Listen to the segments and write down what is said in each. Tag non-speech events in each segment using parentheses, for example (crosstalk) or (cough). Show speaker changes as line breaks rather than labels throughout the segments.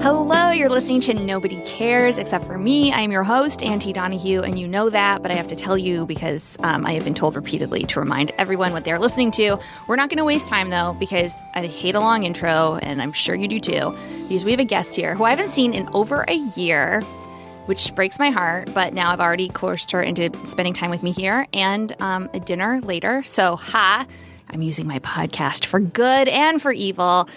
Hello, you're listening to Nobody Cares Except for Me. I'm your host, Auntie Donahue, and you know that, but I have to tell you because um, I have been told repeatedly to remind everyone what they're listening to. We're not going to waste time though, because I hate a long intro, and I'm sure you do too, because we have a guest here who I haven't seen in over a year, which breaks my heart, but now I've already coerced her into spending time with me here and um, a dinner later. So, ha, I'm using my podcast for good and for evil.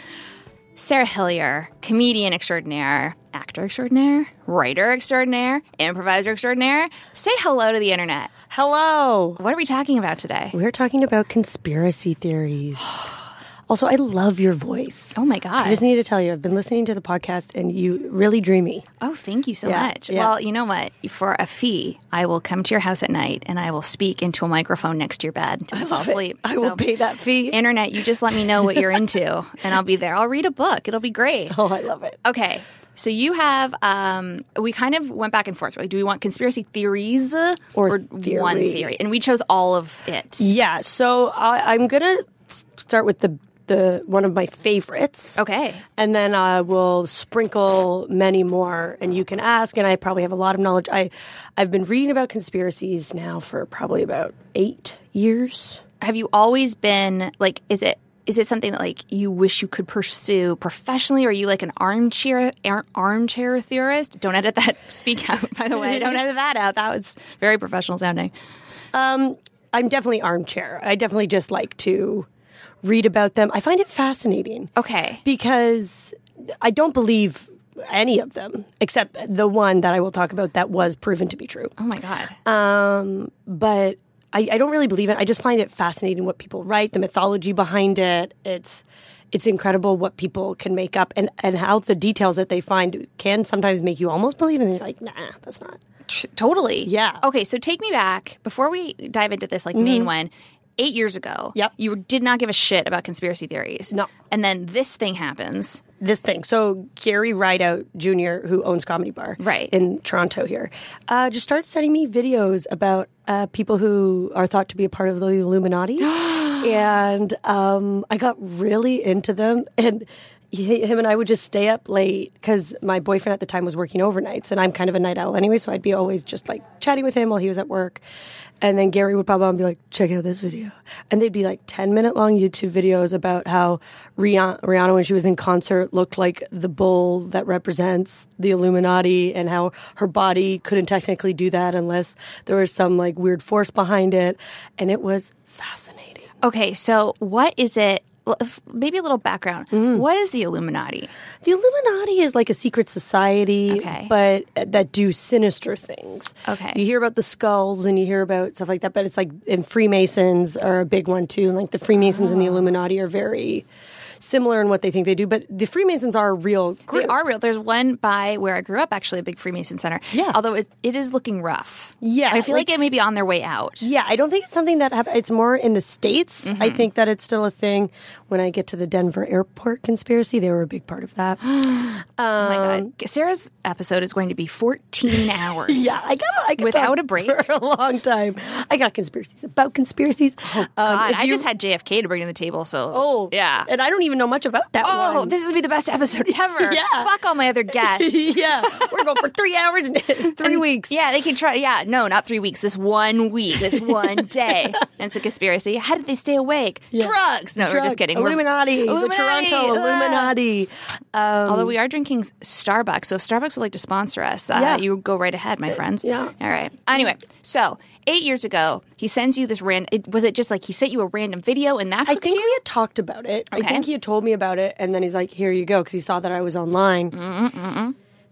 Sarah Hillier, comedian extraordinaire, actor extraordinaire, writer extraordinaire, improviser extraordinaire. Say hello to the internet.
Hello.
What are we talking about today?
We're talking about conspiracy theories. (gasps) Also, I love your voice.
Oh my God.
I just need to tell you, I've been listening to the podcast and you really dreamy.
Oh, thank you so
Yeah,
much.
yeah.
Well, you know what? For a fee, I will come to your house at night and I will speak into a microphone next to your bed until you fall asleep.
I will pay that fee.
Internet, you just let me know what you're into and I'll be there. I'll read a book. It'll be great.
(laughs) Oh, I love it.
Okay. So you have, um, we kind of went back and forth. We're Like, do we want conspiracy theories or, one
theory.
theory? And we chose all of it.
Yeah, so I, I'm going to start with the the one of my favorites.
Okay.
And then I will sprinkle many more and you can ask and I probably have a lot of knowledge. I I've been reading about conspiracies now for probably about 8 years.
Have you always been like, is it, is it something that like you wish you could pursue professionally? Or are you like an armchair ar- armchair theorist? Don't edit that (laughs) speak out, by the way. (laughs) Don't edit that out. That was very professional sounding.
I'm definitely armchair. I definitely just like to read about them. I find it fascinating
Okay.
because I don't believe any of them except the one that I will talk about that was proven to be true.
Oh my God.
Um, but I, I don't really believe it. I just find it fascinating what people write, the mythology behind it. It's it's incredible what people can make up and, and how the details that they find can sometimes make you almost believe and you're like, nah, that's not.
Tr- totally.
Yeah. Mm-hmm.
Okay, so take me back before we dive into this like main one. Eight years ago,
Yep.
you did not give a shit about conspiracy theories.
No.
And then this thing happens.
this thing. So Gary Rideout Jr., who owns Comedy Bar
Right.
in Toronto here, uh, just started sending me videos about uh, people who are thought to be a part of the Illuminati, and um, I got really into them and. He, him and I would just stay up late because my boyfriend at the time was working overnights, and I'm kind of a night owl anyway, so I'd be always just like chatting with him while he was at work. And then Gary would pop on and be like, check out this video. And they'd be like 10 minute long YouTube videos about how Rihanna, Rihanna, when she was in concert, looked like the bull that represents the Illuminati and how her body couldn't technically do that unless there was some like weird force behind it. And it was fascinating.
Okay, so what is it? l- f- Maybe a little background.
Mm-hmm.
What is the Illuminati?
The Illuminati is like a secret society,
Okay.
but uh, that do sinister things.
Okay.
You hear about the skulls and you hear about stuff like that, but it's like, and Freemasons are a big one too. Like the Freemasons
Oh.
and the Illuminati are very similar in what they think they do, but the Freemasons are a real
They
group.
are real. There's one by where I grew up, actually, a big Freemason center.
Yeah.
Although it, it is looking rough.
Yeah,
I feel like,
like-
it may be on their way out.
Yeah, I don't think it's something that happened. It's more in the States. I
Mm-hmm.
think that it's still a thing. When I get to the Denver airport conspiracy, they were a big part of
(gasps)
that.
Oh my
Um,
God. Sarah's episode is going to be
(laughs)
14 hours.
Yeah, I got I could
Without
talk
a break?
(laughs) for a long time. I got conspiracies about conspiracies. Oh,
God, I just had JFK to bring to the table, so.
oh
yeah.
and I don't even know much about that
Oh,
one.
this is gonna be the best (laughs) episode ever.
Yeah.
Fuck all my other (laughs) guests.
(laughs) yeah, we're going for three
(laughs)
hours and three weeks.
Yeah, they can try. Yeah, no, not three weeks. This one week,
(laughs)
this one day. And it's a conspiracy. How did they stay awake?
Yeah.
Drugs. No, we're
Drugs,
just kidding. We're-
Illuminati, the
Illuminati,
Toronto
ugh.
Illuminati.
Although we are drinking Starbucks, so if Starbucks would like to sponsor us, uh,
Yeah. Uh,
you go right ahead, my friends.
yeah.
All right. Anyway, so eight years ago, he sends you this random. It, was it just like he sent you a random video and that?
I
hooked
think
you?
we had talked about it. I
Okay.
think he had told me about it, and then he's like, "Here you go," because he saw that I was online.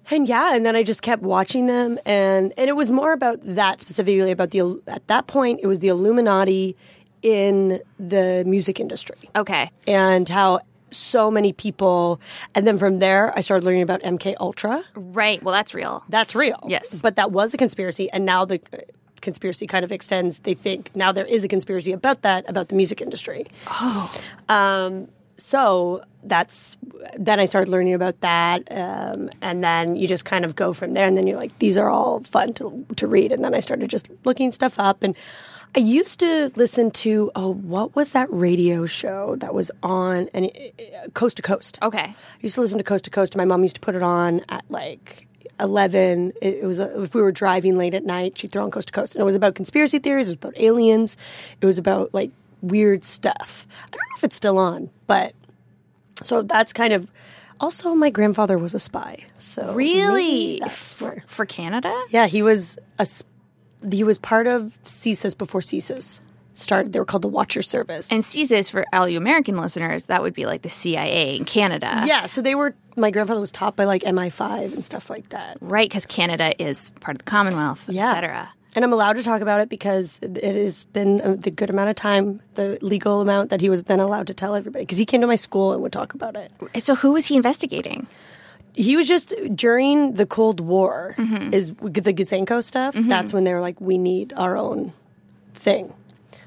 And yeah, and then I just kept watching them, and and it was more about that specifically about the at that point it was the Illuminati in the music industry
Okay.
and how so many people and then from there I started learning about MK Ultra.
Right. Well, that's real.
That's real.
Yes.
But that was a conspiracy and now the uh, conspiracy kind of extends they think now there is a conspiracy about that about the music industry. Oh. Um so that's then I started learning about that um, and then you just kind of go from there and then you're like these are all fun to to read and then I started just looking stuff up and I used to listen to oh what was that radio show that was on and it- it- coast to coast.
Okay.
I used to listen to Coast to Coast. My mom used to put it on at like eleven. It, it was uh, if we were driving late at night, she'd throw on Coast to Coast, and it was about conspiracy theories. It was about aliens. It was about like weird stuff. I don't know if it's still on, but so that's kind of. Also, my grandfather was a spy. So maybe
Really?
that's where-
For Canada?
yeah, he was a sp- he was part of CSIS before CSIS started. They were called the Watcher Service.
And CSIS, for all you American listeners, that would be like the CIA in Canada.
yeah, so they were. My grandfather was taught by like MI5 and stuff like that.
Right, because Canada is part of the Commonwealth, et cetera.
And I'm allowed to talk about it because it has been uh, the good amount of time, the legal amount that he was then allowed to tell everybody. Because he came to my school and would talk about it.
So who was he investigating?
He was just during the Cold War
Mm-hmm.
is the Gazenko stuff. That's when they were like, we need our own thing.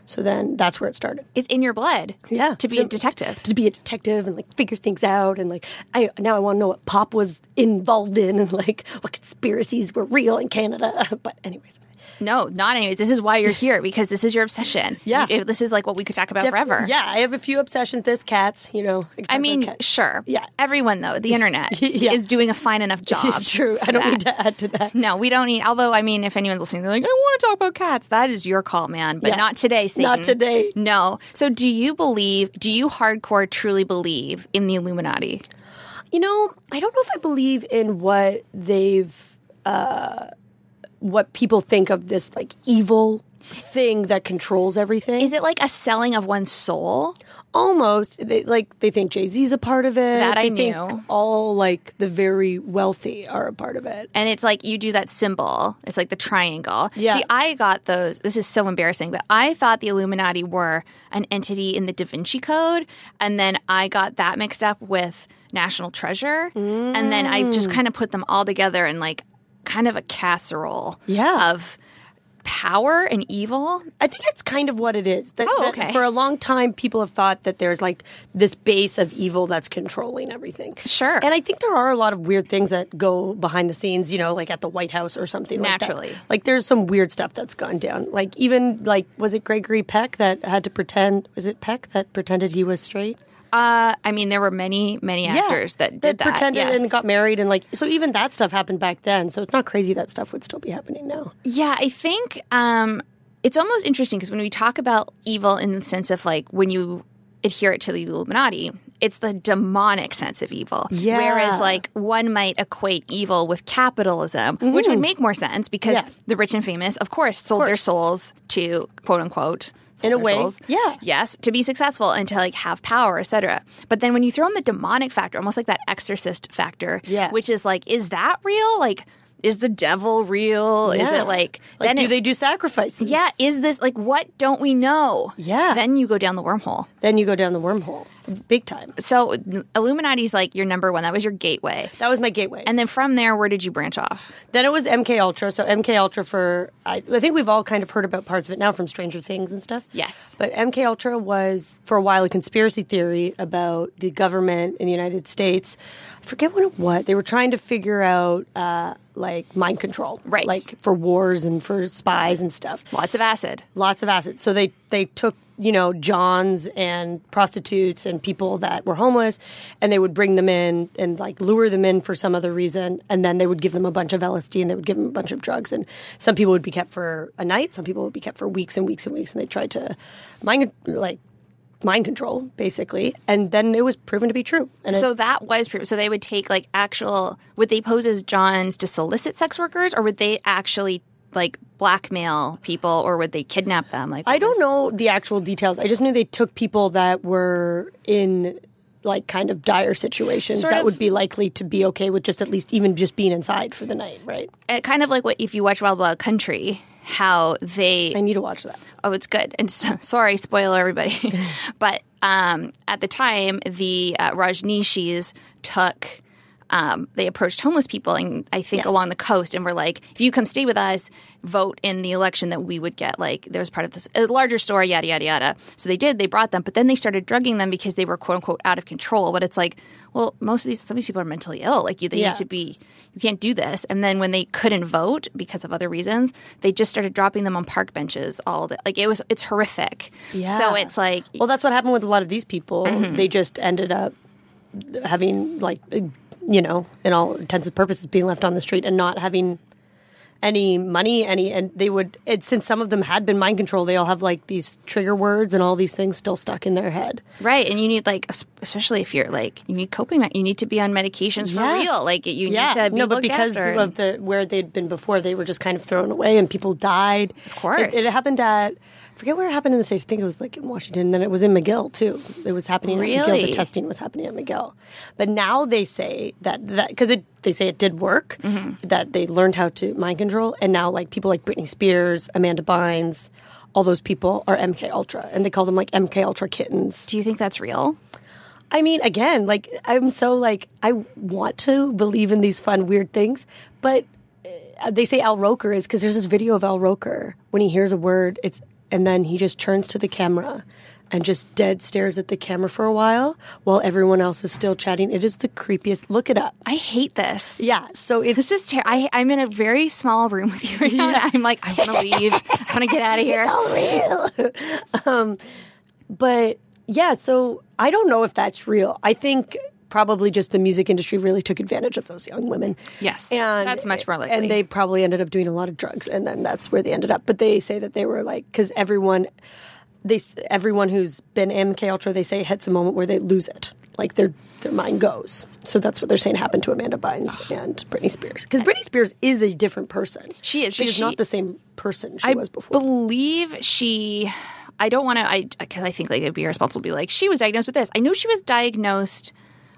So then that's where it started.
It's in your blood.
Yeah.
To be a
So-
detective.
To be a detective and like figure things out and like I now I want to know what Pop was involved in and like what conspiracies were real in Canada. (laughs) But anyways,
No, not anyways. This is why you're here because this is your obsession.
Yeah.
You- this is like what we could talk about forever.
Yeah, I have a few obsessions. This cats, you know. could talk
I
about
mean,
cats.
sure.
Yeah.
Everyone though,
(laughs)
the internet
Yeah.
is doing a fine enough job.
(laughs) it's true. I don't
that.
need to add to that.
No, we don't need. Although, I mean, if anyone's listening, they're like, I want to talk about cats. That is your call, man. But
Yeah.
not today, Satan.
Not today.
No. So, do you believe? Do you hardcore truly believe in the Illuminati?
You know, I don't know if I believe in what they've, uh, what people think of this like evil thing that controls everything.
Is it like a selling of one's soul?
almost they, like they think Jay Z's a part of it?
That I
They think
knew.
all like the very wealthy are a part of it.
And it's like you do that symbol. It's like the triangle.
Yeah.
See, I got those. This is so embarrassing, but I thought the Illuminati were an entity in the Da Vinci Code, and then I got that mixed up with National Treasure, and then I just
Mm.
kind of put them all together in like kind of a casserole.
Yeah.
Of power and evil.
I think that's kind of what it is. That,
Oh,
that
okay.
for a long time, people have thought that there's like this base of evil that's controlling everything.
Sure.
And I think there are a lot of weird things that go behind the scenes, you know, like at the White House or something like
Naturally.
that. Like there's some weird stuff that's gone down. Like even like was it Gregory Peck that had to pretend was it Peck that pretended he was straight?
Uh, I mean, there were many, many actors that did that.
pretended
yes.
and got married and like so even that stuff happened back then. So it's not crazy that stuff would still be happening now.
Yeah, I think um, it's almost interesting because when we talk about evil in the sense of like when you adhere it to the Illuminati, it's the demonic sense of evil.
Yeah.
Whereas like one might equate evil with capitalism, which would make more sense because
Mm-hmm. Yeah.
the rich and famous, of course, sold their souls to quote unquote. sold
In a
their
way,
souls,
yeah.
yes, to be successful and to like have power, etc. But then when you throw in the demonic factor, almost like that exorcist factor,
Yeah.
which is like, is that real? Like, is the devil real? Is
Yeah.
it like,
like
then
do
it-
they do sacrifices?
Yeah, is this like what don't we know?
Yeah.
Then you go down the wormhole.
then you go down the wormhole. Big time.
So Illuminati's like your number one. That was your gateway.
That was my gateway.
And then from there, where did you branch off?
Then it was MK Ultra. So MK Ultra for I, I think we've all kind of heard about parts of it now from Stranger Things and stuff.
Yes.
But MK Ultra was for a while a conspiracy theory about the government in the United States. I forget what it was. They were trying to figure out uh, like mind control,
Right.
Like for wars and for spies and stuff.
Lots of acid.
Lots of acid. So they they took you know johns and prostitutes and people that were homeless, and they would bring them in and like lure them in for some other reason, and then they would give them a bunch of LSD and they would give them a bunch of drugs, and some people would be kept for a night, some people would be kept for weeks and weeks and weeks, and they tried to mind like mind control basically, and then it was proven to be true. And it-
So that was proof. So they would take like actual. Would they pose as Johns to solicit sex workers, or would they actually like blackmail people, or would they kidnap them? Like
I don't know the actual details. I just knew they took people that were in like kind of dire situations
Sort
that
of-
would be likely to be okay with just at least even just being inside for the night, right?
Uh, kind of like what if you watch Wild Wild Country, how they
I need to watch that.
oh, it's good. And so, (laughs) sorry, spoiler everybody, (laughs) but um, at the time, the uh, Rajneeshis took. Um, they approached homeless people, and I think
Yes.
along the coast, and were like, "If you come stay with us, vote in the election that we would get." Like, there was part of this a larger story, yada yada yada. So they did. They brought them, but then they started drugging them because they were quote unquote out of control. But it's like, well, most of these some of these people are mentally ill. Like, you they
Yeah.
need to be be you can't do this and then when they couldn't vote because of other reasons they just started dropping them on park benches all day like it was it's horrific so it's like
Well, that's what happened with a lot of these people. They just ended up having like you know, in all intents and purposes being left on the street and not having any money, any and they would it since some of them had been mind control, they all have like these trigger words and all these things still stuck in their head.
right and you need like es- especially if you're like you need coping me- you need to be on medications for
Yeah.
real like you need to be
no, but
looked
because
after.
of the where they'd been before, they were just kind of thrown away, and people died. Of
course.
it, it happened at I forget where it happened in the states. I think it was like in Washington. And then it was in McGill too. It was happening at McGill.
Really?
The testing was happening at McGill. But now they say that that because it they say it did work
Mm-hmm.
that they learned how to mind control, and now like people like Britney Spears, Amanda Bynes. All those people are MK Ultra, and they call them like MK Ultra kittens.
do you think that's real
I mean, again, like I'm so like I want to believe in these fun, weird things, but uh, they say Al Roker is because there's this video of Al Roker when he hears a word, it's and then he just turns to the camera and just dead stares at the camera for a while while everyone else is still chatting. It is the creepiest. Look it up.
i hate this
Yeah, so it's
this is ter- I, i'm in a very small room with you right now and i'm like i want to leave i want to get (laughs) out of here
all real. (laughs) um, but yeah, so I don't know if that's real. I think probably just the music industry really took advantage of those young women.
Yes,
and
that's much more likely.
And they probably ended up doing a lot of drugs, and then that's where they ended up. But they say that they were like because everyone. They, s- everyone who's been MK Ultra, they say hits a moment where they lose it, like their their mind goes. So that's what they're saying happened to
(sighs)
Amanda Bynes and Britney Spears, because Britney Spears is a different person.
She is,
She
but
is
she-
not the same person she
I
was before.
believe she. I don't want to. I because I think like it'd be irresponsible to be like she was diagnosed with this. I know she was diagnosed,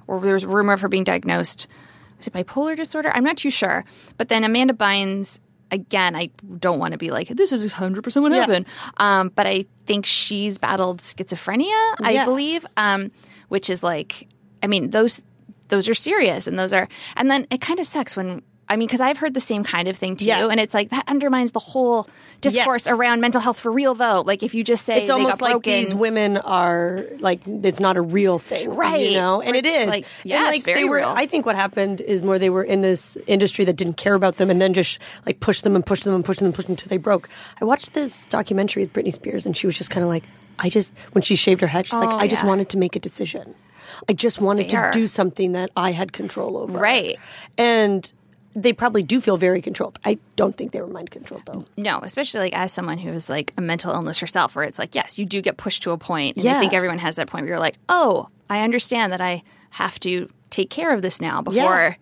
or there was a rumor of her being diagnosed. Was it bipolar disorder? I'm not too sure. But then Amanda Bynes. Again, I don't want to be like this is 100 percent what
Yeah.
happened. Um, but I think she's battled schizophrenia. I
Yeah.
believe, um, which is like, I mean those those are serious and those are and then it kind of sucks when. I mean, because I've heard the same kind of thing too,
Yeah.
and it's like that undermines the whole discourse
Yes.
around mental health for real though like if you just say
it's
they
almost
got
like
broken-
these women are like it's not a real thing,
Right.
You know, and it
It's
is.
like-
And,
yeah, it's
like,
very
they were.
real.
I think what happened is more they were in this industry that didn't care about them, and then just like pushed them and pushed them and pushed them and pushed them until they broke. I watched this documentary with Britney Spears, and she was just kind of like, I just when she shaved her head, she's like,
Oh,
I just
yeah.
wanted to make a decision. I just wanted
Fair.
to do something that I had control over,
Right.
And they probably do feel very controlled. I don't think they were mind controlled though.
no especially like as someone who is like a mental illness herself where it's like yes you do get pushed to a point and i
Yeah.
think everyone has that point where you're like oh i understand that i have to take care of this now
Yeah.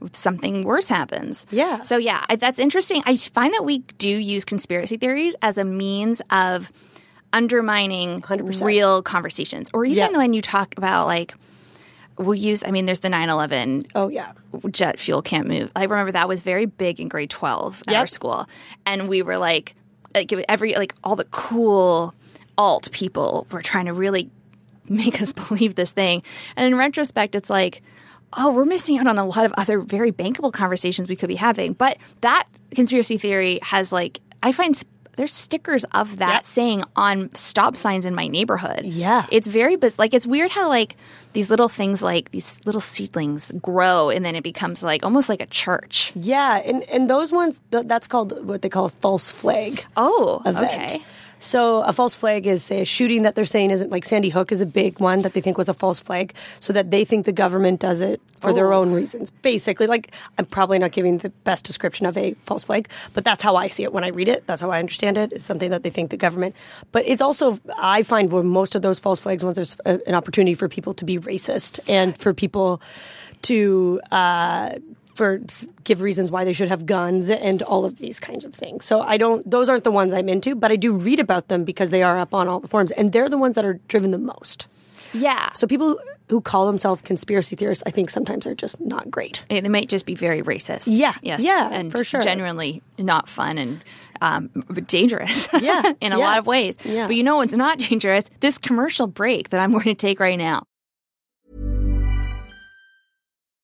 before something worse happens
Yeah.
so yeah I, that's interesting i find that we do use conspiracy theories as a means of undermining
100%.
real conversations or even
Yeah.
when you talk about like we'll use i mean there's the 9-11
Oh yeah,
jet fuel can't move. I remember that was very big in grade 12 at
Yep.
our school. And we were like, like every, like all the cool alt people were trying to really make us (laughs) believe this thing. And in retrospect, it's like, oh, we're missing out on a lot of other very bankable conversations we could be having. But that conspiracy theory has like, I find s- there's stickers of that saying on stop signs in my neighborhood.
Yeah.
It's very biz- like it's weird how like these little things like these little seedlings grow and then it becomes like almost like a church.
Yeah, and and those ones th- that's called what they call a false flag
Oh,
event.
okay.
So a false flag is say a shooting that they're saying isn't like Sandy Hook is a big one that they think was a false flag, so that they think the government does it for their
Oh.
own reasons. Basically, like I'm probably not giving the best description of a false flag, but that's how I see it when I read it. That's how I understand it. It's something that they think the government. But it's also I find where most of those false flags ones there's a, an opportunity for people to be racist and for people to uh, for give reasons why they should have guns and all of these kinds of things. So I don't; those aren't the ones I'm into, but I do read about them because they are up on all the forums, and they're the ones that are driven the most.
Yeah.
So people who call themselves conspiracy theorists, I think sometimes are just not great.
They might just be very racist.
Yeah,
Yes.
yeah,
And
for sure.
genuinely not fun and um, dangerous. (laughs)
Yeah,
in a
yeah.
lot of ways.
Yeah.
But you know what's not dangerous? This commercial break that I'm (laughs) going to take right now.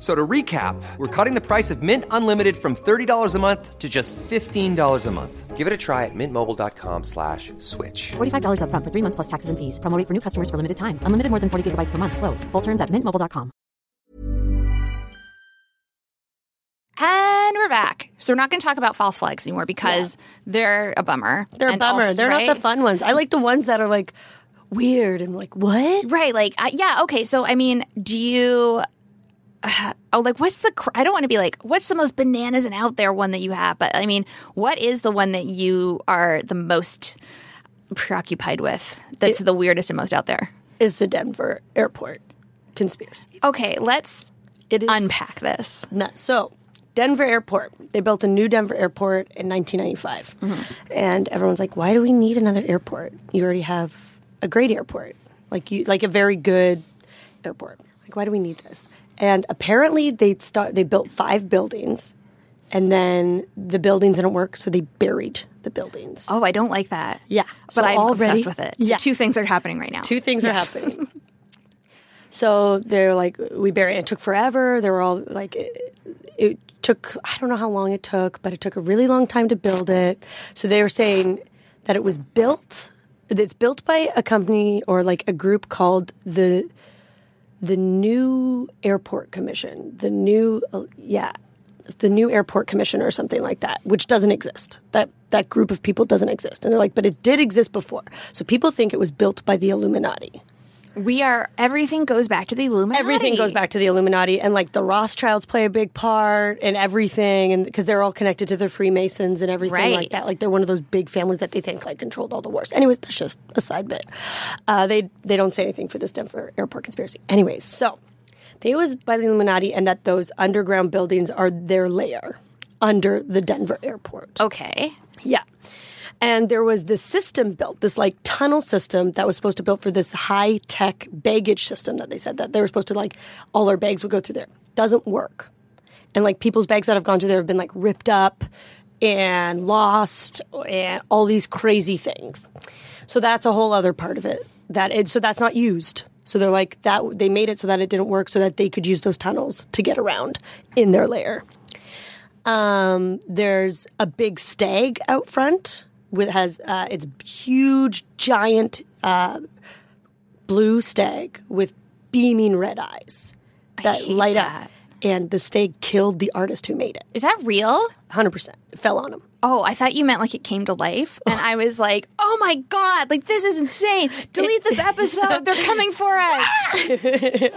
So to recap, we're cutting the price of Mint Unlimited from $30 a month to just $15 a month. Give it a try at mintmobile.com slash switch.
$45 upfront for three months plus taxes and fees. Promoting for new customers for limited time. Unlimited more than 40 gigabytes per month. Slows. Full terms at mintmobile.com.
And we're back. So we're not going to talk about false flags anymore because they're a bummer.
They're a
And
bummer.
also-
They're not
right?
the fun ones. I like the ones that are like weird and like what?
Right. Like, I, yeah, okay. So, I mean, do you. (sighs) oh, like, what's the. Cr- I don't want to be like, what's the most bananas and out there one that you have? But, I mean, what is the one that you are the most preoccupied with that's the weirdest and most out there?
Is the Denver airport conspiracy?
Okay. Let's
It is
unpack this.
nuts. So, Denver Airport. They built a new Denver Airport in 1995. And everyone's like, "Why do we need another airport? You already have a great airport. Like you like a very good airport. Like why do we need this?" And apparently they start they built 5 buildings and then the buildings didn't work, so they buried the buildings.
Oh, I don't like that.
Yeah.
But
So
I'm
already-
obsessed with it. So,
Yeah.
two things are happening right now.
two things are happening. so they're like, we buried. It took forever. They were all like, it, it took. I don't know how long it took, but it took a really long time to build it. So they were saying that it was built. that It's built by a company or like a group called the the New Airport Commission. The new uh, yeah. it's The new airport commission, or something like that, which doesn't exist. That that group of people doesn't exist, and they're like, but it did exist before. So people think it was built by the Illuminati.
We are. Everything goes back to the Illuminati.
Everything goes back to the Illuminati, and like the Rothschilds play a big part and everything, and because they're all connected to the Freemasons and everything like
Right.
that. Like they're one of those big families that they think like controlled all the wars. Anyways, that's just a side bit. Uh, they they don't say anything for this Denver airport conspiracy. Anyways, so they was by the Illuminati, and that those underground buildings are their lair under the Denver airport.
Okay.
Yeah. And there was this system built, this like tunnel system that was supposed to build for this high tech baggage system that they said that they were supposed to like all our bags would go through there. Doesn't work. And like people's bags that have gone through there have been like ripped up and lost and all these crazy things. So that's a whole other part of it. That it, so that's not used. So they're like that they made it so that it didn't work so that they could use those tunnels to get around in their lair. Um, there's a big stag out front with has uh, it's huge, giant uh, blue stag with beaming red eyes that
hate
light
that.
up. And the stag killed the artist who made it.
Is that real?
100%. It fell on him. (laughs)
Oh, I thought you meant like it came to life. And I was like, oh my God, like this is insane. Delete this episode. They're coming for
(laughs)
us.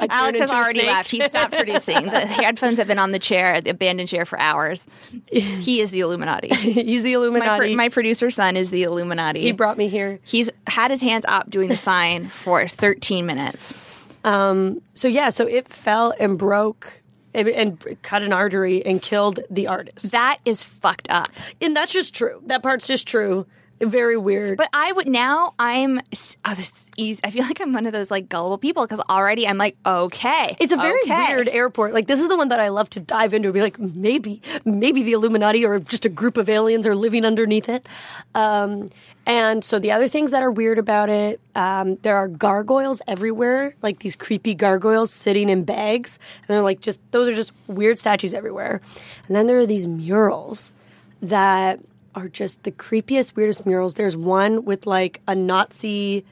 Alex has
into a
already
snake.
left. He stopped producing.
(laughs)
The headphones have been on the chair, the abandoned chair for hours. He is the
(laughs)
Illuminati.
He's
My,
the Illuminati.
pro- my producer son is the Illuminati.
he brought me here.
He's had his hands up doing the sign for 13 minutes.
So, yeah, so it fell and broke and, and cut an artery and killed the artist.
That is fucked up.
And that's just true. That part's just true. Very weird.
But I would now. I'm. Oh, this is easy. I feel like I'm one of those like gullible people because already I'm like, okay,
It's a very
okay.
weird airport. Like this is the one that I love to dive into and be like, maybe, maybe the Illuminati or just a group of aliens are living underneath it. Um, and so the other things that are weird about it, um, there are gargoyles everywhere, like these creepy gargoyles sitting in bags, and they're like just those are just weird statues everywhere. And then there are these murals that are just the creepiest, weirdest murals. There's one with like a Nazi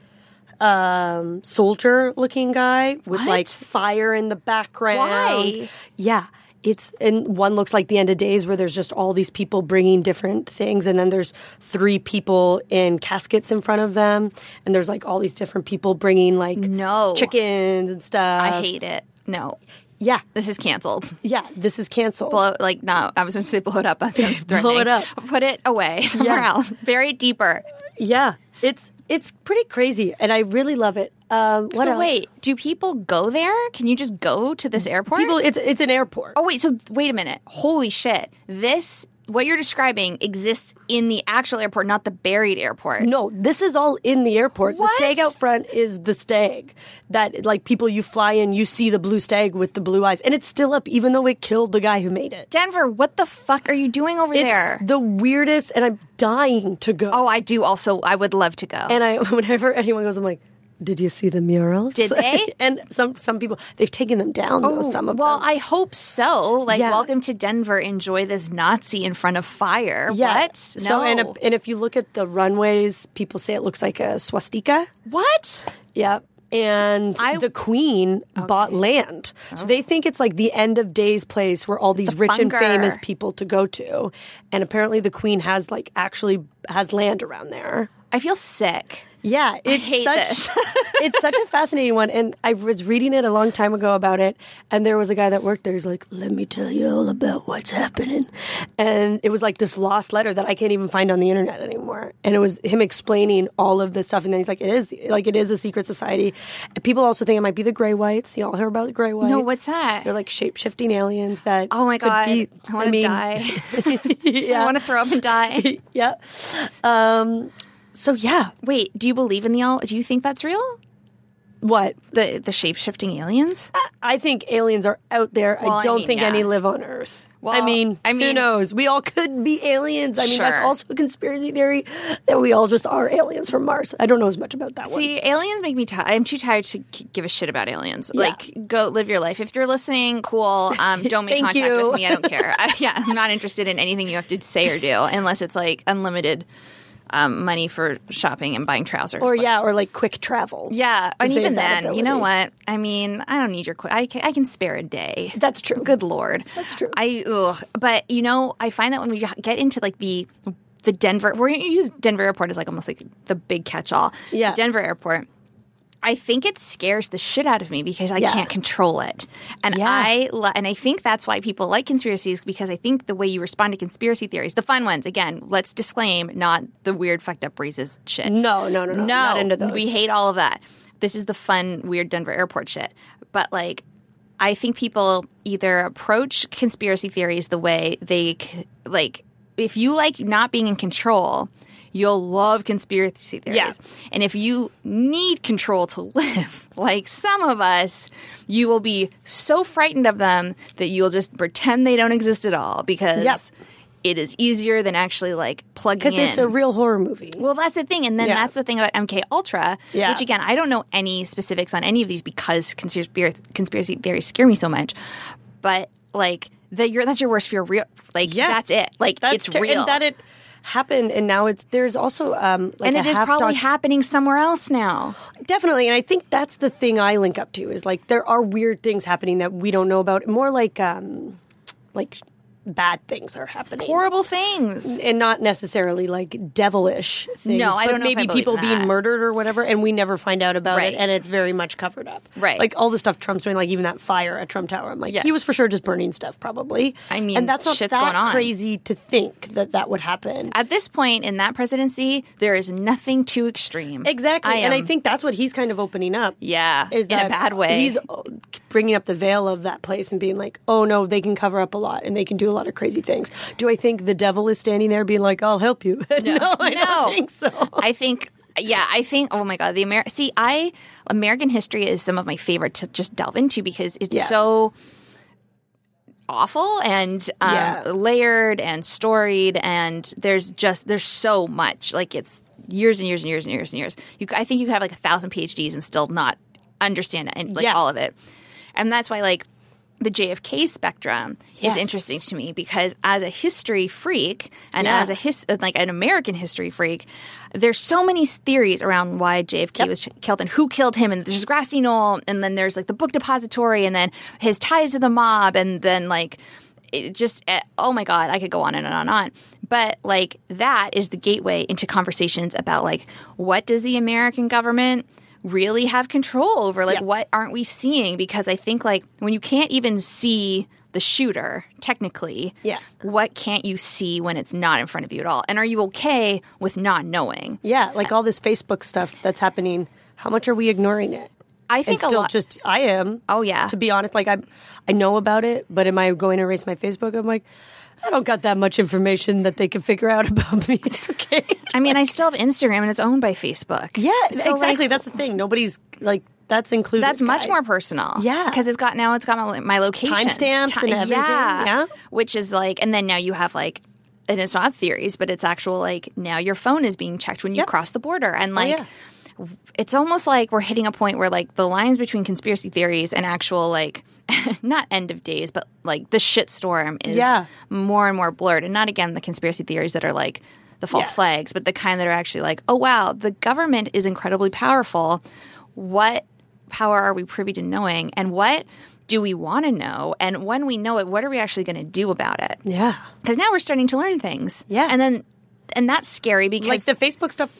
um, soldier looking guy with like fire in the background.
Why?
Yeah. It's and one looks like the end of days where there's just all these people bringing different things and then there's three people in caskets in front of them and there's like all these different people bringing like
No.
chickens and stuff.
I hate it. No,
Yeah.
this is canceled.
Yeah, this is canceled.
Blow, like, no, I was going to say blow it up. (laughs) That
(laughs)
sounds threatening.
it up.
Put it away somewhere
Yeah.
else. Bury it deeper.
Yeah, it's it's pretty crazy, and I really love it. Um, what
so
else?
wait, do people go there? Can you just go to this airport?
People, it's it's an airport.
oh wait, so wait a minute. Holy shit! This what you're describing exists in the actual airport, not the buried airport.
No, this is all in the airport.
What?
The stag out front is the stag that like people you fly in, you see the blue stag with the blue eyes, and it's still up even though it killed the guy who made it.
Denver, what the fuck are you doing over there?
It's the weirdest, and I'm dying to go.
oh, I do. Also, I would love to go.
And I, (laughs) whenever anyone goes, I'm like, did you see the murals? (laughs)
Did they? Oh,
and some some people they've taken them down though. Some of
well,
them.
I hope so. Like,
Yeah.
welcome to Denver. Enjoy this Nazi in front of fire. What? No.
So and if- and if you look at the runways, people say it looks like a swastika.
what?
Yep. And
I- Oh.
the queen bought land. So they think it's like the end of days place where all these rich and
bunker.
famous people to go to. And apparently the queen has like actually has land around there.
I feel sick.
Yeah, it's
hate
such
this.
(laughs) it's such a fascinating one and I was reading it a long time ago about it and there was a guy that worked there he's like, "Let me tell you all about what's happening." And it was like this lost letter that I can't even find on the internet anymore. And it was him explaining all of this stuff and then he's like, "It is like it is a secret society." And people also think it might be the gray whites. You all hear about the gray whites?
what's that?
They're like shape-shifting aliens that
Oh my
could
god!
be-
I want to
mean,
die. (laughs)
(laughs) Yeah. (laughs)
I want to throw up and die.
yeah. Um so yeah,
Wait, do you believe in the all? Do you think that's real?
what
The the shape shifting aliens?
I think aliens are out there.
Well, I
I don't
mean,
think
yeah.
any live on Earth.
Well,
I mean,
I
who
mean-
knows? We all could be aliens. I mean, that's
Sure.
also a conspiracy theory that we all just are aliens from Mars. I don't know as much about that one.
See, aliens make me tired. I'm too tired to k- give a shit about aliens.
Yeah.
Like, go live your life. If you're listening, cool.
(laughs)
Um, don't make
Thank
contact
you.
with me. I
(laughs)
don't care. I, yeah, I'm not interested in anything you have to say or do, unless it's like unlimited um, money for shopping and buying trousers.
Or
But-
yeah, or like quick travel.
yeah. And
If they
even
have that
then, you know
ability.
what? I mean, I don't need your. Qu- I can, I can spare a day.
That's true.
Good lord, that's
true.
I, ugh. but you know, I find that when we get into like the the Denver, we're gonna use Denver Airport as like almost like the big catch all.
Yeah.
Denver Airport. I think it scares the shit out of me because I
Yeah.
can't control it, and
Yeah.
I lo- and I think that's why people like conspiracies because I think the way you respond to conspiracy theories, the fun ones, again, let's disclaim, not the weird fucked up racist shit.
No, no, no, no. Not into those.
We hate all of that. This is the fun, weird Denver airport shit. But like, I think people either approach conspiracy theories the way they c- like. If you like not being in control, you'll love conspiracy theories.
Yeah.
And if you need control to (laughs) live, like some of us, you will be so frightened of them that you'll just pretend they don't exist at all because
Yep.
it is easier than actually like plugging in.
because it's a real horror movie.
Well, that's the thing, and then
Yeah.
that's the thing about MK Ultra,
Yeah.
which again I don't know any specifics on any of these because conspiracy conspiracy theories scare me so much. But like that, your that's your worst fear. Real, like
Yeah.
that's it. Like
That's
it's
ter-
real,
and that it happened, and now it's there's also um like
And
a
it is
half
probably
doc-
happening somewhere else now.
Definitely, and I think that's the thing I link up to is like there are weird things happening that we don't know about. More like um like bad things are happening.
Horrible things.
and not necessarily like devilish things.
No, I
but
don't know if I
Maybe
believe
people
that.
being murdered or whatever, and we never find out about
Right.
it, and it's very much covered up.
Right.
Like all the stuff Trump's doing, like even that fire at Trump Tower. I'm like,
Yes.
he was for sure just burning stuff, probably.
I mean,
and that's not
shit's
that
going on.
crazy to think that that would happen.
At this point in that presidency, there is nothing too extreme.
Exactly, and I
am-
think that's what he's kind of opening up.
Yeah,
is
in a
that
bad way.
He's uh, bringing up the veil of that place and being like, "Oh no, they can cover up a lot and they can do a lot of crazy things." Do I think the devil is standing there being like, "I'll help you"? (laughs) No, I
No.
don't think so.
I think. Yeah, I think. Oh my God, the Amer. See, I American history is some of my favorite to just delve into because it's
Yeah.
so awful and um,
Yeah.
layered and storied, and there's just there's so much. Like it's years and years and years and years and years. You, c- I think you could have like a thousand PhDs and still not understand it, and like
Yeah.
all of it. And that's why like the JFK spectrum
Yes.
is interesting to me because as a history freak and
Yeah.
as a his uh, like an American history freak, there's so many theories around why JFK was killed and who killed him, and there's Grassy Knoll, and then there's like the book depository, and then his ties to the mob, and then like it just eh, oh my god, I could go on and on and on. But like that is the gateway into conversations about like what does the American government really have control over? Like
Yeah.
what aren't we seeing? Because I think like when you can't even see the shooter technically
Yeah.
what can't you see when it's not in front of you at all? And are you okay with not knowing?
Yeah, like all this Facebook stuff that's happening. How much are we ignoring it?
I think
and
a
still
lot-
just I am.
Oh, yeah.
To be honest, like I, I know about it, but am I going to erase my Facebook? I'm like, I don't got that much information that they can figure out (laughs) about me. It's okay.
I mean, I still have Instagram and it's owned by Facebook.
yeah,
So, like,
exactly. that's the thing. Nobody's like that's included.
That's much
guys.
more personal.
Yeah.
Because it's got now it's got my, my location.
Timestamps and everything, yeah.
Which is like, and then now you have like, and it's not theories, but it's actual like now your phone is being checked when you cross the border. And like,
Oh, yeah.
it's almost like we're hitting a point where like the lines between conspiracy theories and actual like, (laughs) not end of days, but like the shitstorm is
Yeah.
more and more blurred. And not again the conspiracy theories that are like the false
Yeah.
flags, but the kind that are actually like, oh wow, the government is incredibly powerful. What power are we privy to knowing? And what do we want to know? And when we know it, what are we actually going to do about it?
Yeah.
Because now we're starting to learn things.
Yeah.
And then, and that's scary because
Like the Facebook stuff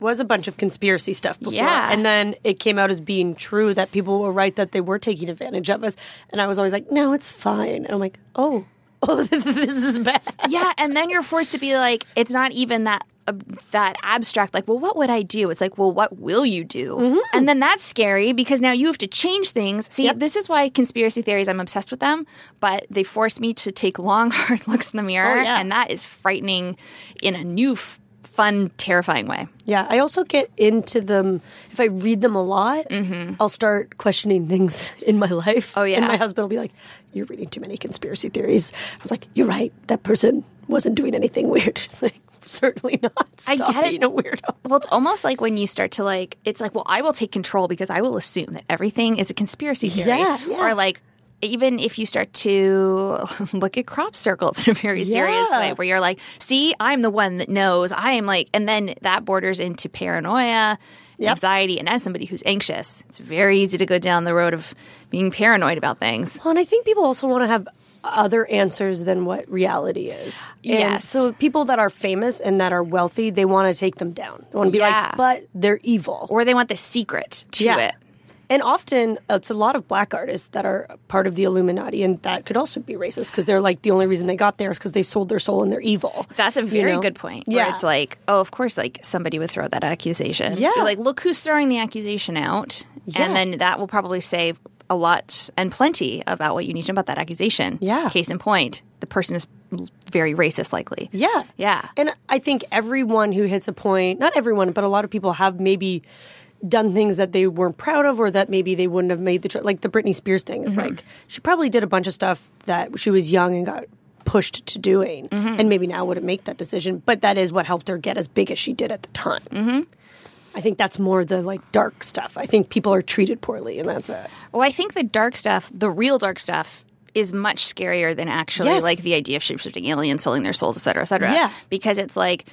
was a bunch of conspiracy stuff before.
Yeah.
And then it came out as being true that people were right that they were taking advantage of us. And I was always like, no, it's fine. And I'm like, oh, (laughs) oh, this, this is bad.
yeah, and then you're forced to be like, it's not even that ab that abstract. Like, well, what would I do? It's like, well, what will you do? And then that's scary because now you have to change things. See, this is why conspiracy theories. I'm obsessed with them, but they force me to take long, (laughs) hard looks in the mirror,
yeah.
and that is frightening in a new. F- Fun, terrifying way.
Yeah, I also get into them. If I read them a lot, I'll start questioning things (laughs) in my life. Mm-hmm. Oh,
yeah.
And my husband will be like, You're reading too many conspiracy theories. I was like, You're right. That person wasn't doing anything (laughs) weird. It's like, Certainly not.
I
Stop
get it.
being a weirdo.
Well, it's almost like when you start to like, it's like, well, I will take control because I will assume that everything is a conspiracy theory.
Yeah, yeah.
Or like, even if you start to (laughs) look at crop circles (laughs) in a very serious
Yeah.
way, where you're like, see, I'm the one that knows. I am like, and then that borders into paranoia, anxiety. And as somebody who's anxious, it's very easy to go down the road of being paranoid about things.
Well, and I think people also want to have other answers than what reality is. And
Yes.
So people that are famous and that are wealthy, they want to take them down. They want to be
Yeah.
like, but they're evil.
Or they want the secret to it.
And often it's a lot of black artists that are part of the Illuminati, and that could also be racist because they're like the only reason they got there is because they sold their soul and they're evil.
That's a
You
very
know?
good point. Where
Yeah,
it's like, oh, of course, like somebody would throw that accusation.
Yeah.
You're like, look who's throwing the accusation out.
Yeah.
And then that will probably say a lot and plenty about what you need to know about that accusation.
Yeah.
Case in point, the person is very racist, likely.
yeah,
Yeah.
And I think everyone who hits a point, not everyone, but a lot of people have maybe done things that they weren't proud of or that maybe they wouldn't have made the choice. Like the Britney Spears thing is like, she probably did a bunch of stuff that she was young and got pushed to doing, and maybe now wouldn't make that decision, but that is what helped her get as big as she did at the time. Mm-hmm. I think that's more the like dark stuff. I think people are treated poorly, and that's it.
Well, I think the dark stuff, the real dark stuff, is much scarier than actually
Yes.
like the idea of shapeshifting aliens selling their souls, et cetera, et cetera.
Yeah.
Because it's like,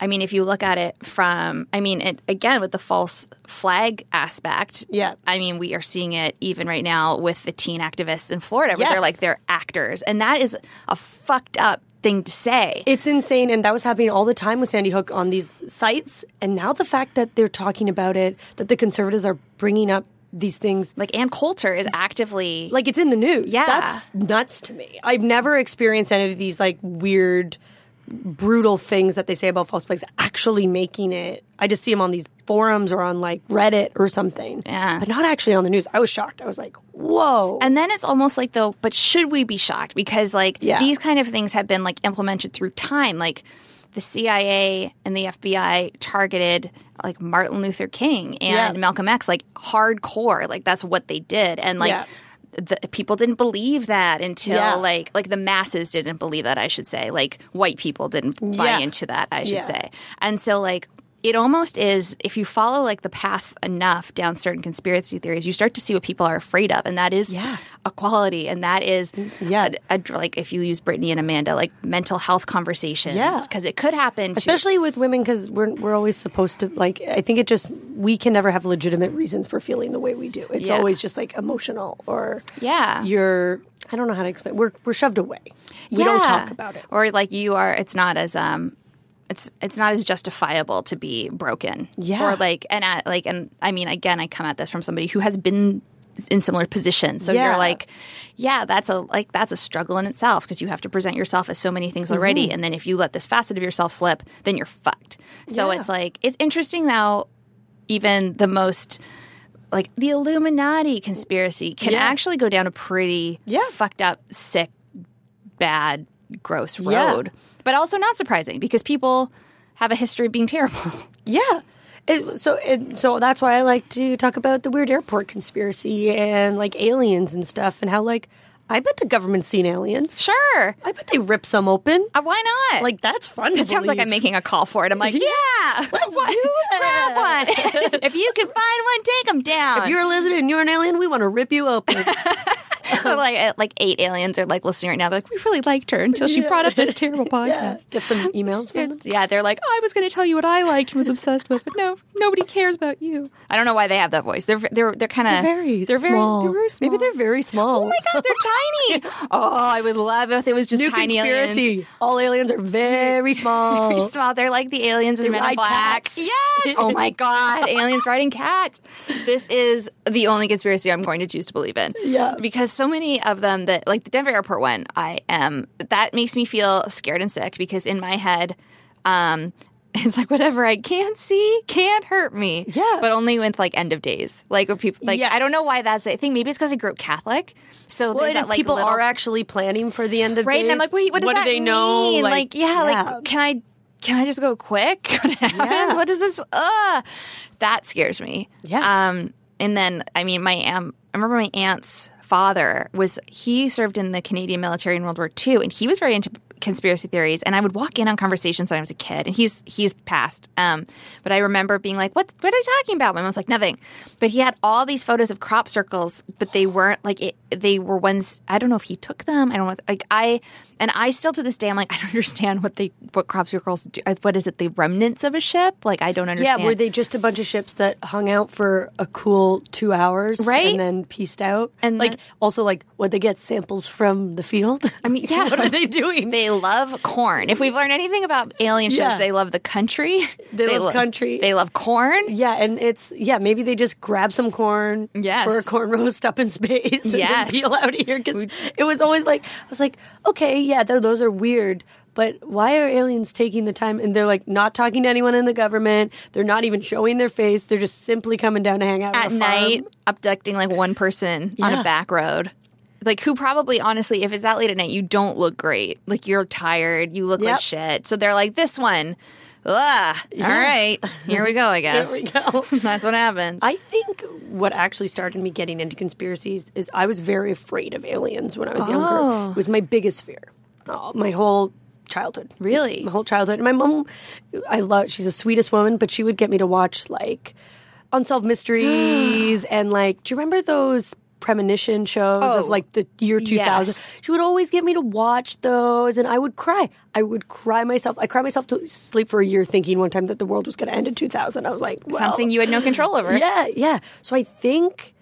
I mean, if you look at it from, I mean, it, again, with the false flag aspect,
Yeah.
I mean, we are seeing it even right now with the teen activists in Florida, where they're
Yes.
like, they're actors. And that is a fucked up thing to say.
It's insane, and that was happening all the time with Sandy Hook on these sites. And now the fact that they're talking about it, that the conservatives are bringing up these things,
like, Ann Coulter is actively.
like it's in the news.
Yeah.
that's nuts to me. I've never experienced any of these like weird, brutal things that they say about false flags actually making it. I just see them on these forums or on like Reddit or something,
Yeah.
but not actually on the news. I was shocked. I was like, whoa.
And then it's almost like though, but should we be shocked? Because like
Yeah.
these kind of things have been like implemented through time. Like the CIA and the FBI targeted like Martin Luther King and
Yeah.
Malcolm X, like hardcore. Like that's what they did. And like
Yeah.
the people didn't believe that until
Yeah.
like like the masses didn't believe that I should say. Like white people didn't buy
Yeah.
into that, I should
Yeah.
say. And so like it almost is if you follow like the path enough down certain conspiracy theories, you start to see what people are afraid of, and that is
Yeah. Mm,
equality, and that is
Yeah.
a- a- like if you use Brittany and Amanda, like mental health conversations,
Yeah.
because it could happen, to-
especially with women because we're, we're always supposed to like i think it just we can never have legitimate reasons for feeling the way we do it's
Yeah.
always just like emotional or
Yeah.
you're i don't know how to explain we're, we're shoved away we
Yeah.
don't talk about it
or like you are. It's not as um. It's, it's not as justifiable to be broken,
Yeah.
Or like and at, like and I mean again, I come at this from somebody who has been in similar positions. So
Yeah.
you're like, yeah, that's a like that's a struggle in itself because you have to present yourself as so many things already,
Mm-hmm.
and then if you let this facet of yourself slip, then you're fucked. So
Yeah.
it's like it's interesting now even the most like the Illuminati conspiracy can actually go down a pretty
Yeah.
fucked up, sick, bad, gross
Yeah.
road. But also not surprising because people have a history of being terrible. (laughs)
Yeah. It, so and so that's why I like to talk about the weird airport conspiracy and like aliens and stuff and how like I bet the government's seen aliens.
Sure.
I bet they rip some open.
Uh, Why not?
Like that's fun.
That sounds like I'm making a call for it. I'm like, yeah,
Let's
What?
do it.
grab one. (laughs) if you can find one, take them down.
If you're a lizard and you're an alien, we want to rip
(laughs)
you open.
So, like uh, like eight aliens are like listening right now. They're like, we really liked her until she brought up (laughs) this terrible podcast.
Get some emails from them.
Yeah, they're like, oh, I was going to tell you what I liked and was obsessed with, but no, nobody cares about you. I don't know why they have that voice. They're they're they're kind (laughs) of
Very small.
They're very small.
Maybe they're very small.
Oh my god, they're tiny. (laughs) Oh, I would love if it was just
New
tiny
conspiracy.
aliens.
All aliens
(laughs)
are very small. (laughs)
Very small. They're like the aliens in Men in
ride
Black.
cats.
Yes. (laughs) Oh my God. aliens riding cats. This is the only conspiracy I'm going to choose to believe in.
Yeah.
Because so many of them that, like the Denver airport one, I am, that makes me feel scared and sick because in my head, um, (laughs) it's like whatever I can't see can't hurt me.
Yeah.
But only with like end of days. Like when people like
Yes.
I don't know why that's a thing. Maybe it's because I grew up Catholic. So
Well,
there's
and
that
if
like
people
little-
are actually planning for the end of
right?
days.
And I'm like, what, do you- what does that
do they know?
mean? Like, yeah, like can I can I just go quick? (laughs) What happens?
Yeah.
What does this? Uh, that scares me.
Yeah.
Um, and then I mean, my um, I remember my aunt's father was he served in the Canadian military in World War II, and he was very into conspiracy theories. And I would walk in on conversations when I was a kid, and he's he's passed. Um, but I remember being like, what What are they talking about? My mom's like, nothing. But he had all these photos of crop circles, but they weren't like it, they were ones. I don't know if he took them. I don't know what- like I and I still to this day I'm like (laughs) I don't understand what they what crop circles do. What is it? The remnants of a ship? Like I don't
yeah,
understand.
were they just a bunch of ships that hung out for a cool two hours,
Right?
and then pieced out?
And
like,
then-
also, like, would they get samples from the field?
I mean, yeah.
(laughs) what are they doing?
They love corn. If we've learned anything about alien ships,
Yeah.
they love the country.
They love
lo-
country.
They love corn.
yeah, and it's yeah. Maybe they just grab some corn
Yes.
for a corn (laughs) roast up in space, and then
Yes.
peel out of here. Because it was always like I was like, okay, yeah, th- those are weird, but why are aliens taking the time? And they're like not talking to anyone in the government. They're not even showing their face. They're just simply coming down to hang out
At
on a farm.
night, abducting like one person on
Yeah.
a back road. Like who probably honestly, if it's that late at night, you don't look great. Like you're tired, you look
Yep.
like shit. So they're like, this one. Ugh. All right. Here we
(laughs)
go, I guess.
we go.
(laughs) That's what happens.
I think what actually started me getting into conspiracies is I was very afraid of aliens when I was younger. It was my biggest fear, oh, my whole childhood.
Really?
my whole childhood. And my mom, I love. She's the sweetest woman, but she would get me to watch like unsolved
(gasps)
mysteries and like. Do you remember those? premonition shows
Oh,
of like the year 2000
yes.
she would always get me to watch those and i would cry i would cry myself i cried myself to sleep for a year thinking one time that the world was going to end in 2000 i was like well,
Something you had no control over.
(laughs) yeah, yeah. So I think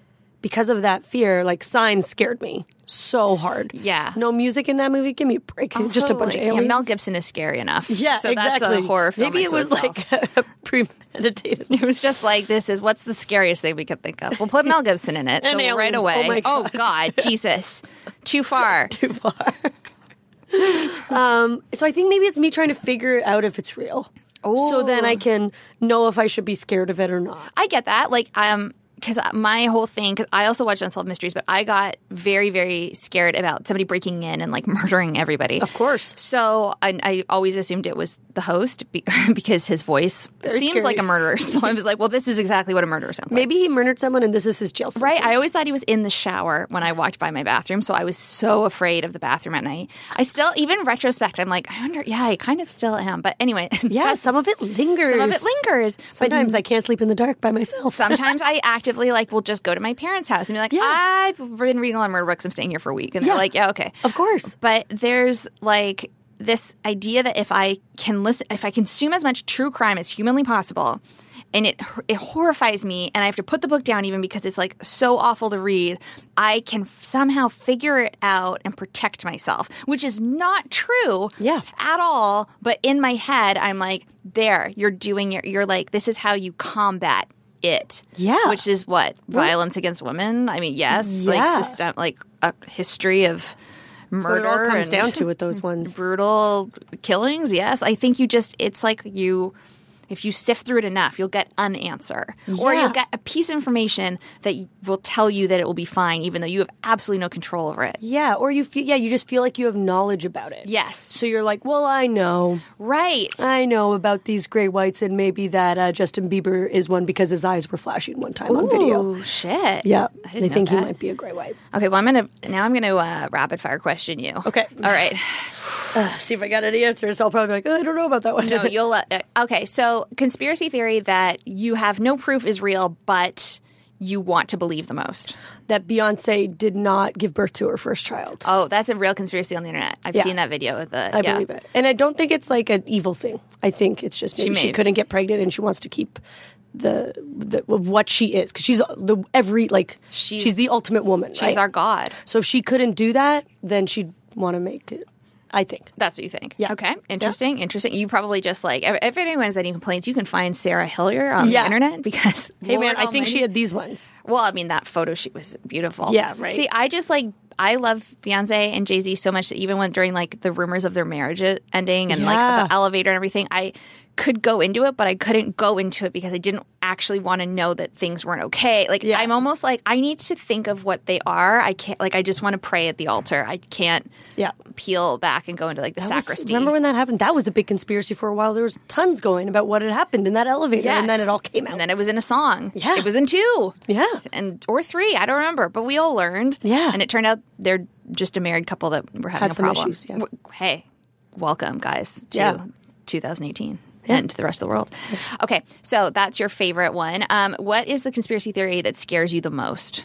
because of that fear, like signs scared me so hard.
Yeah.
No music in that movie. Give me a break. Just a
Also,
bunch
like,
of aliens.
Yeah, Mel Gibson is scary enough.
Yeah,
so
exactly.
that's a horror film.
Maybe it
unto
was
itself.
like (laughs) a premeditated.
(laughs) It was just like this is what's the scariest thing we could think of.
(laughs)
We'll put Mel Gibson in it.
And
so right
aliens. Oh
away.
my God. (laughs)
God, Jesus. Too far.
So I think maybe it's me trying to figure out if it's real. Oh. So then I can know if I should be scared of it or not.
I get that. Like, um, because my whole thing, because I also watch Unsolved Mysteries, but I got very, very scared about somebody breaking in and like murdering everybody. Of
course.
So I, I always assumed it was the host be- (laughs) because his voice seems
scary.
like a murderer. (laughs) So I was like, well, this is exactly what a murderer sounds like.
Maybe he murdered someone and this is his jail sentence.
Right. I always thought he was in the shower when I walked by my bathroom, so I was so afraid of the bathroom at night. I still, even in retrospect, I'm like, I wonder. Yeah, I kind of still am. But anyway, (laughs)
Yeah, some of it lingers.
some of it lingers.
Sometimes I can't sleep in the dark by myself.
Sometimes I actively like will just go to my parents' house and be like,
Yeah.
I've been reading a lot of murder books. I'm staying here for a week, and
Yeah.
they're like, Yeah, okay,
Of course.
But there's like this idea that if I can listen, if I consume as much true crime as humanly possible, and it it horrifies me, and I have to put the book down even because it's like so awful to read. I can f- somehow figure it out and protect myself, which is not true,
Yeah.
at all. But in my head, I'm like, there, you're doing your, you're like, this is how you combat it,
Yeah.
which is what violence against women. I mean, yes,
Yeah.
like system, like a history of
What it
murder
all comes
and (laughs)
down to with those ones.
brutal killings. Yes, I think you just it's like you If you sift through it enough, you'll get an answer, or
Yeah.
you'll get a piece of information that y- will tell you that it will be fine, even though you have absolutely no control over it.
Yeah, or you feel yeah, you just feel like you have knowledge about it.
Yes.
So you're like, well, I know,
Right.
I know about these gray whites, and maybe that uh, Justin Bieber is one because his eyes were flashing one time on video.
Ooh, shit.
Yeah,
I didn't
they
know
think he
that.
might be a gray white. (sighs)
Okay, well, I'm gonna now I'm gonna uh, rapid fire question you.
Okay.
All
(laughs)
right.
See if I got any answers. I'll probably be like, oh, I don't know about that one.
No, you'll. Uh, uh, okay, so conspiracy theory that you have no proof is real, but you want to believe the most.
that Beyonce did not give birth to her first child.
Oh, that's a real conspiracy on the internet. I've
Yeah.
seen that video. Of the
I
yeah.
believe it, and I don't think it's like an evil thing. I think it's just maybe she,
may-
couldn't get pregnant, and she wants to keep the, the of what she is because she's the every like she's,
She's-
the ultimate woman.
She's our god.
So if she couldn't do that, then she'd want to make it. I think.
That's what you think.
Yeah.
Okay. Interesting. Interesting. You probably just like if, if anyone has any complaints, you can find Sarah Hillier on
Yeah.
the internet because
Hey
Lord
man, I think
almighty-
she had these ones.
Well, I mean, that photo shoot was beautiful.
Yeah, right.
See, I just like I love Beyonce and Jay Z so much that even when during like the rumors of their marriage e-, ending and
Yeah.
like the elevator and everything, I could go into it, but I couldn't go into it because I didn't actually want to know that things weren't okay. Like I'm almost like I need to think of what they are. I can't like I just want to pray at the altar. I can't
Yeah.
peel back and go into like the
That was-
sacristy.
remember when that happened? That was a big conspiracy for a while. There was tons going about what had happened in that elevator, and then
Yes.
it all came out.
And then it was in a song.
Yeah.
It was in two.
Yeah.
And or three. I don't remember. But we all learned.
Yeah.
And it turned out they're just a married couple that were having
Had
a
some
problem.
issues, yeah.
W- Hey, welcome guys to
Yeah.
2018. And to the rest of the world. Okay, so that's your favorite one. Um, what is the conspiracy theory that scares you the most,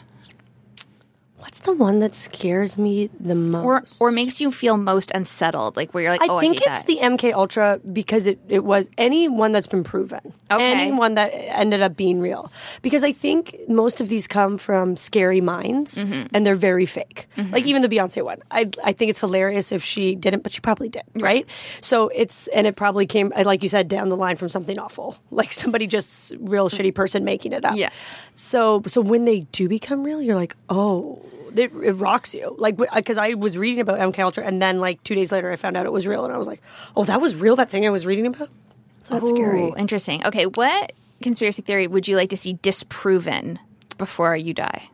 What's the one that scares me the most?
or or makes you feel most unsettled? Like where you're like,
I
oh, I
think
hate
it's
that.
the MK Ultra because it, it was anyone that's been proven.
Okay.
Anyone that ended up being real. Because I think most of these come from scary minds and they're very fake. Like even the Beyonce one. I I think it's hilarious if she didn't, but she probably did, right? So it's and it probably came uh, like you said down the line from something awful. (laughs) Like somebody just real shitty person making it up.
Yeah.
So so when they do become real, you're like, "Oh, it, it rocks you like because I was reading about MK Ultra and then like two days later I found out it was real and I was like, oh, that was real. That thing I was reading about. So that's scary.
Ooh, interesting. Okay, what conspiracy theory would you like to see disproven before you die?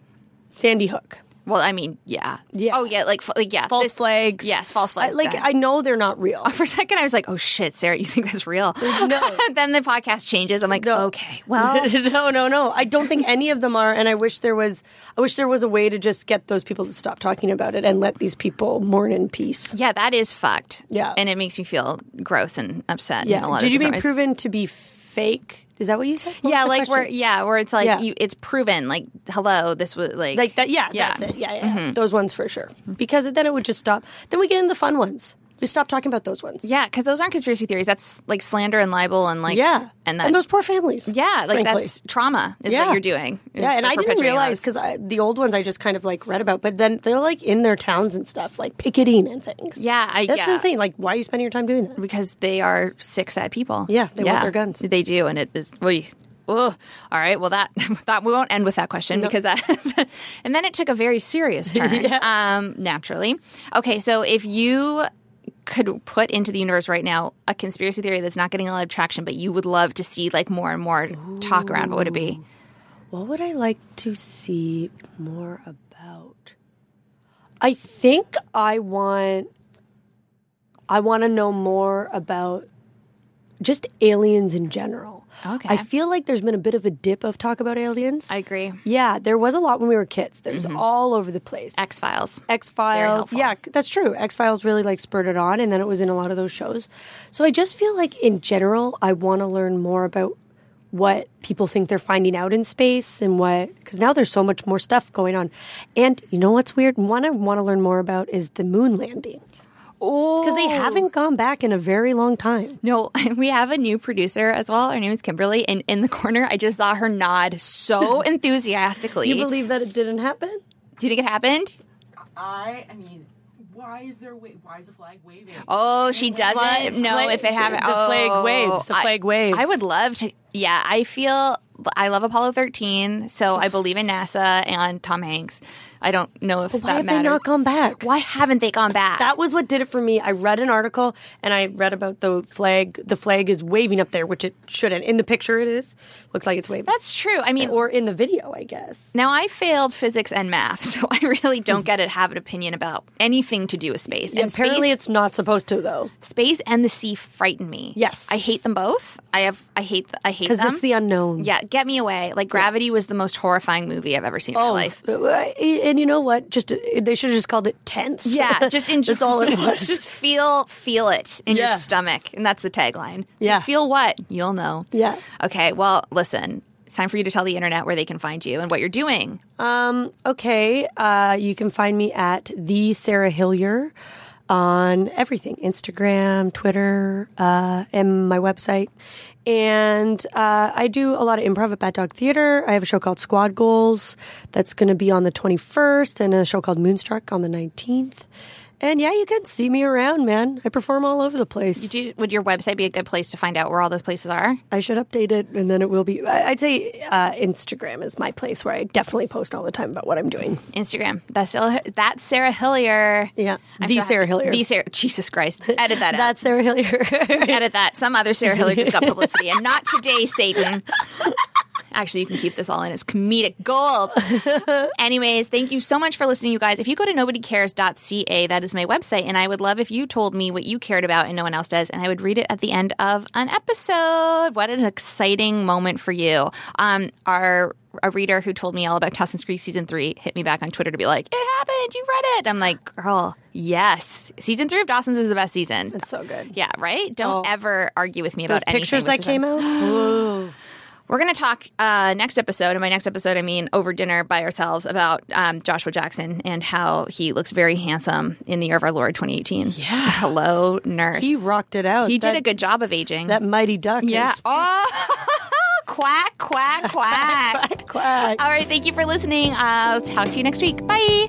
Sandy Hook,
Well, I mean, yeah,
Yeah.
Oh, yeah, like, f- like yeah,
false
This-
flags.
Yes, false
I-
flags.
like
done.
I know they're not
(laughs)
real.
for a second, I was like, oh shit, Sarah, you think that's real?
No.
(laughs) then the podcast changes. I'm like, okay,
(laughs)
well,
no, no, no. I don't think any of them are, and I wish there was. I wish there was a way to just get those people to stop talking about it and let these people mourn in peace.
yeah, that is fucked.
Yeah.
and it makes me feel gross and upset. in
Yeah.
a lot
Did
of
you mean
different ways.
proven to be fake? Is that what you said? What
Yeah,
was the
like where,
question?
yeah, where it's like
Yeah.
you, it's proven. Like, hello, this was like,
like that. Yeah, that's it. Yeah, yeah, yeah.
Mm-hmm.
those ones for sure. Because then it would just stop. Then we get into the fun ones. We stop talking about those ones.
yeah, because those aren't conspiracy theories. That's like slander and libel and like,
yeah,
and that,
those poor families.
yeah, like
frankly.
that's trauma is
Yeah.
what you're doing. is
yeah, and I didn't
perpetuating
realize
those.
because the old ones I just kind of like read about, but then they're like in their towns and stuff, like picketing and things.
Yeah, I-
that's
yeah.
insane. Like, why are you spending your time doing that?
because they are sick, sad people.
Yeah, they want their guns.
They do, and it is. We, ugh. all right. Well, that (laughs) that we won't end with that question because that, (laughs) and then it took a very
(laughs)
serious turn. Um, naturally. Okay, so if you could put into the universe right now a conspiracy theory that's not getting a lot of traction, but you would love to see like more and more talk around, what would it be?
What would I like to see more about? I think I want I want to know more about just aliens in general.
Okay.
I feel like there's been a bit of a dip of talk about aliens.
agree.
yeah, there was a lot when we were kids. There was all over the place.
X Files.
X Files.
helpful.
Yeah, c- that's true. X Files really like spurred it on, and then it was in a lot of those shows. So I just feel like in general, I want to learn more about what people think they're finding out in space and what because now there's so much more stuff going on. And you know what's weird? One I want to learn more about is the moon landing
Oh,
because they haven't gone back in a very long time.
No, (laughs) we have a new producer as well. Her name is Kimberly, and in the corner, I just saw her nod
(laughs)
so enthusiastically.
You believe that it didn't happen?
Do you think it happened?
I, I mean, why is there wa- why is the flag waving?
Oh, she doesn't know
flag-
if it happened.
the flag
Oh,
waves, the
I-
flag waves.
I would love to. Yeah, I feel I love Apollo 13, so I believe in NASA and Tom Hanks. I don't know if
Why
that
have
mattered.
they not gone back?
Why haven't they gone back?
That was what did it for me. I read an article and I read about the flag. The flag is waving up there, which it shouldn't. In the picture, it is. Looks like it's waving.
That's true. I mean,
or in the video, I guess.
Now, I failed physics and math, (laughs) so I really don't get to have an opinion about anything to do with space. and
Apparently,
space,
it's not supposed to though,
space and the sea frighten me.
Yes.
I hate them both. I have, I hate, th- I hate
because
them.
it's the unknown.
yeah, get me away. Like Gravity was the most horrifying movie I've ever seen in my life.
Uh, And you know what? Just uh, they should have just called it (laughs) tense.
Yeah, just enjoy.
That's all it was.
(laughs) just feel, feel it in
Yeah.
your stomach, and that's the tagline. So
Yeah.
feel what you'll know.
Yeah.
Okay. Well, listen. It's time for you to tell the internet where they can find you and what you're doing.
Um, Okay, uh, you can find me at the Sarah Hillier on everything Instagram, Twitter, uh, and my website. And uh, I do a lot of improv at Bad Dog Theater. I have a show called Squad Goals that's going to be on the 21st, and a show called Moonstruck on the 19th. And yeah, you can see me around, man. I perform all over the place.
Do you, would your website be a good place to find out where all those places are?
I should update it, and then it will be. I- I'd say uh, Instagram is my place where I definitely post all the time about what I'm doing.
Instagram. That's Sarah, that's Sarah Hillier.
Yeah.
I'm
The
so happy-
Sarah Hillier.
The Sarah. Jesus Christ. Edit
(laughs)
that out.
That's Sarah Hillier. (laughs)
Edit that. Some other Sarah Hillier just got publicity, and not today, Satan. Actually, you can keep this all in. It's comedic
(laughs)
gold. Anyways, thank you so much for listening, you guys. If you go to nobodycares.ca, that is my website, and I would love if you told me what you cared about and no one else does, and I would read it at the end of an episode. What an exciting moment for you. Um, our a reader who told me all about Dawson's Creek season three hit me back on Twitter to be like, "It happened. You read it." I'm like, "Girl, yes. Season three of Dawson's is the best season. It's
so good. Oh.
Yeah, right. Don't ever argue with me about
Those
anything
pictures
with
that came
respect- (gasps)
out. Whoa.
We're going to talk uh, next episode, and by next episode, I mean over dinner by ourselves about um, Joshua Jackson and how he looks very handsome in the year of our Lord 2018. Yeah. Hello, nurse.
He rocked it out.
He
That-
did a good job of aging.
That mighty duck.
yeah.
Is,
Oh, (laughs) quack, quack, quack.
(laughs) quack.
All right. Thank you for listening. I'll talk to you next week. Bye.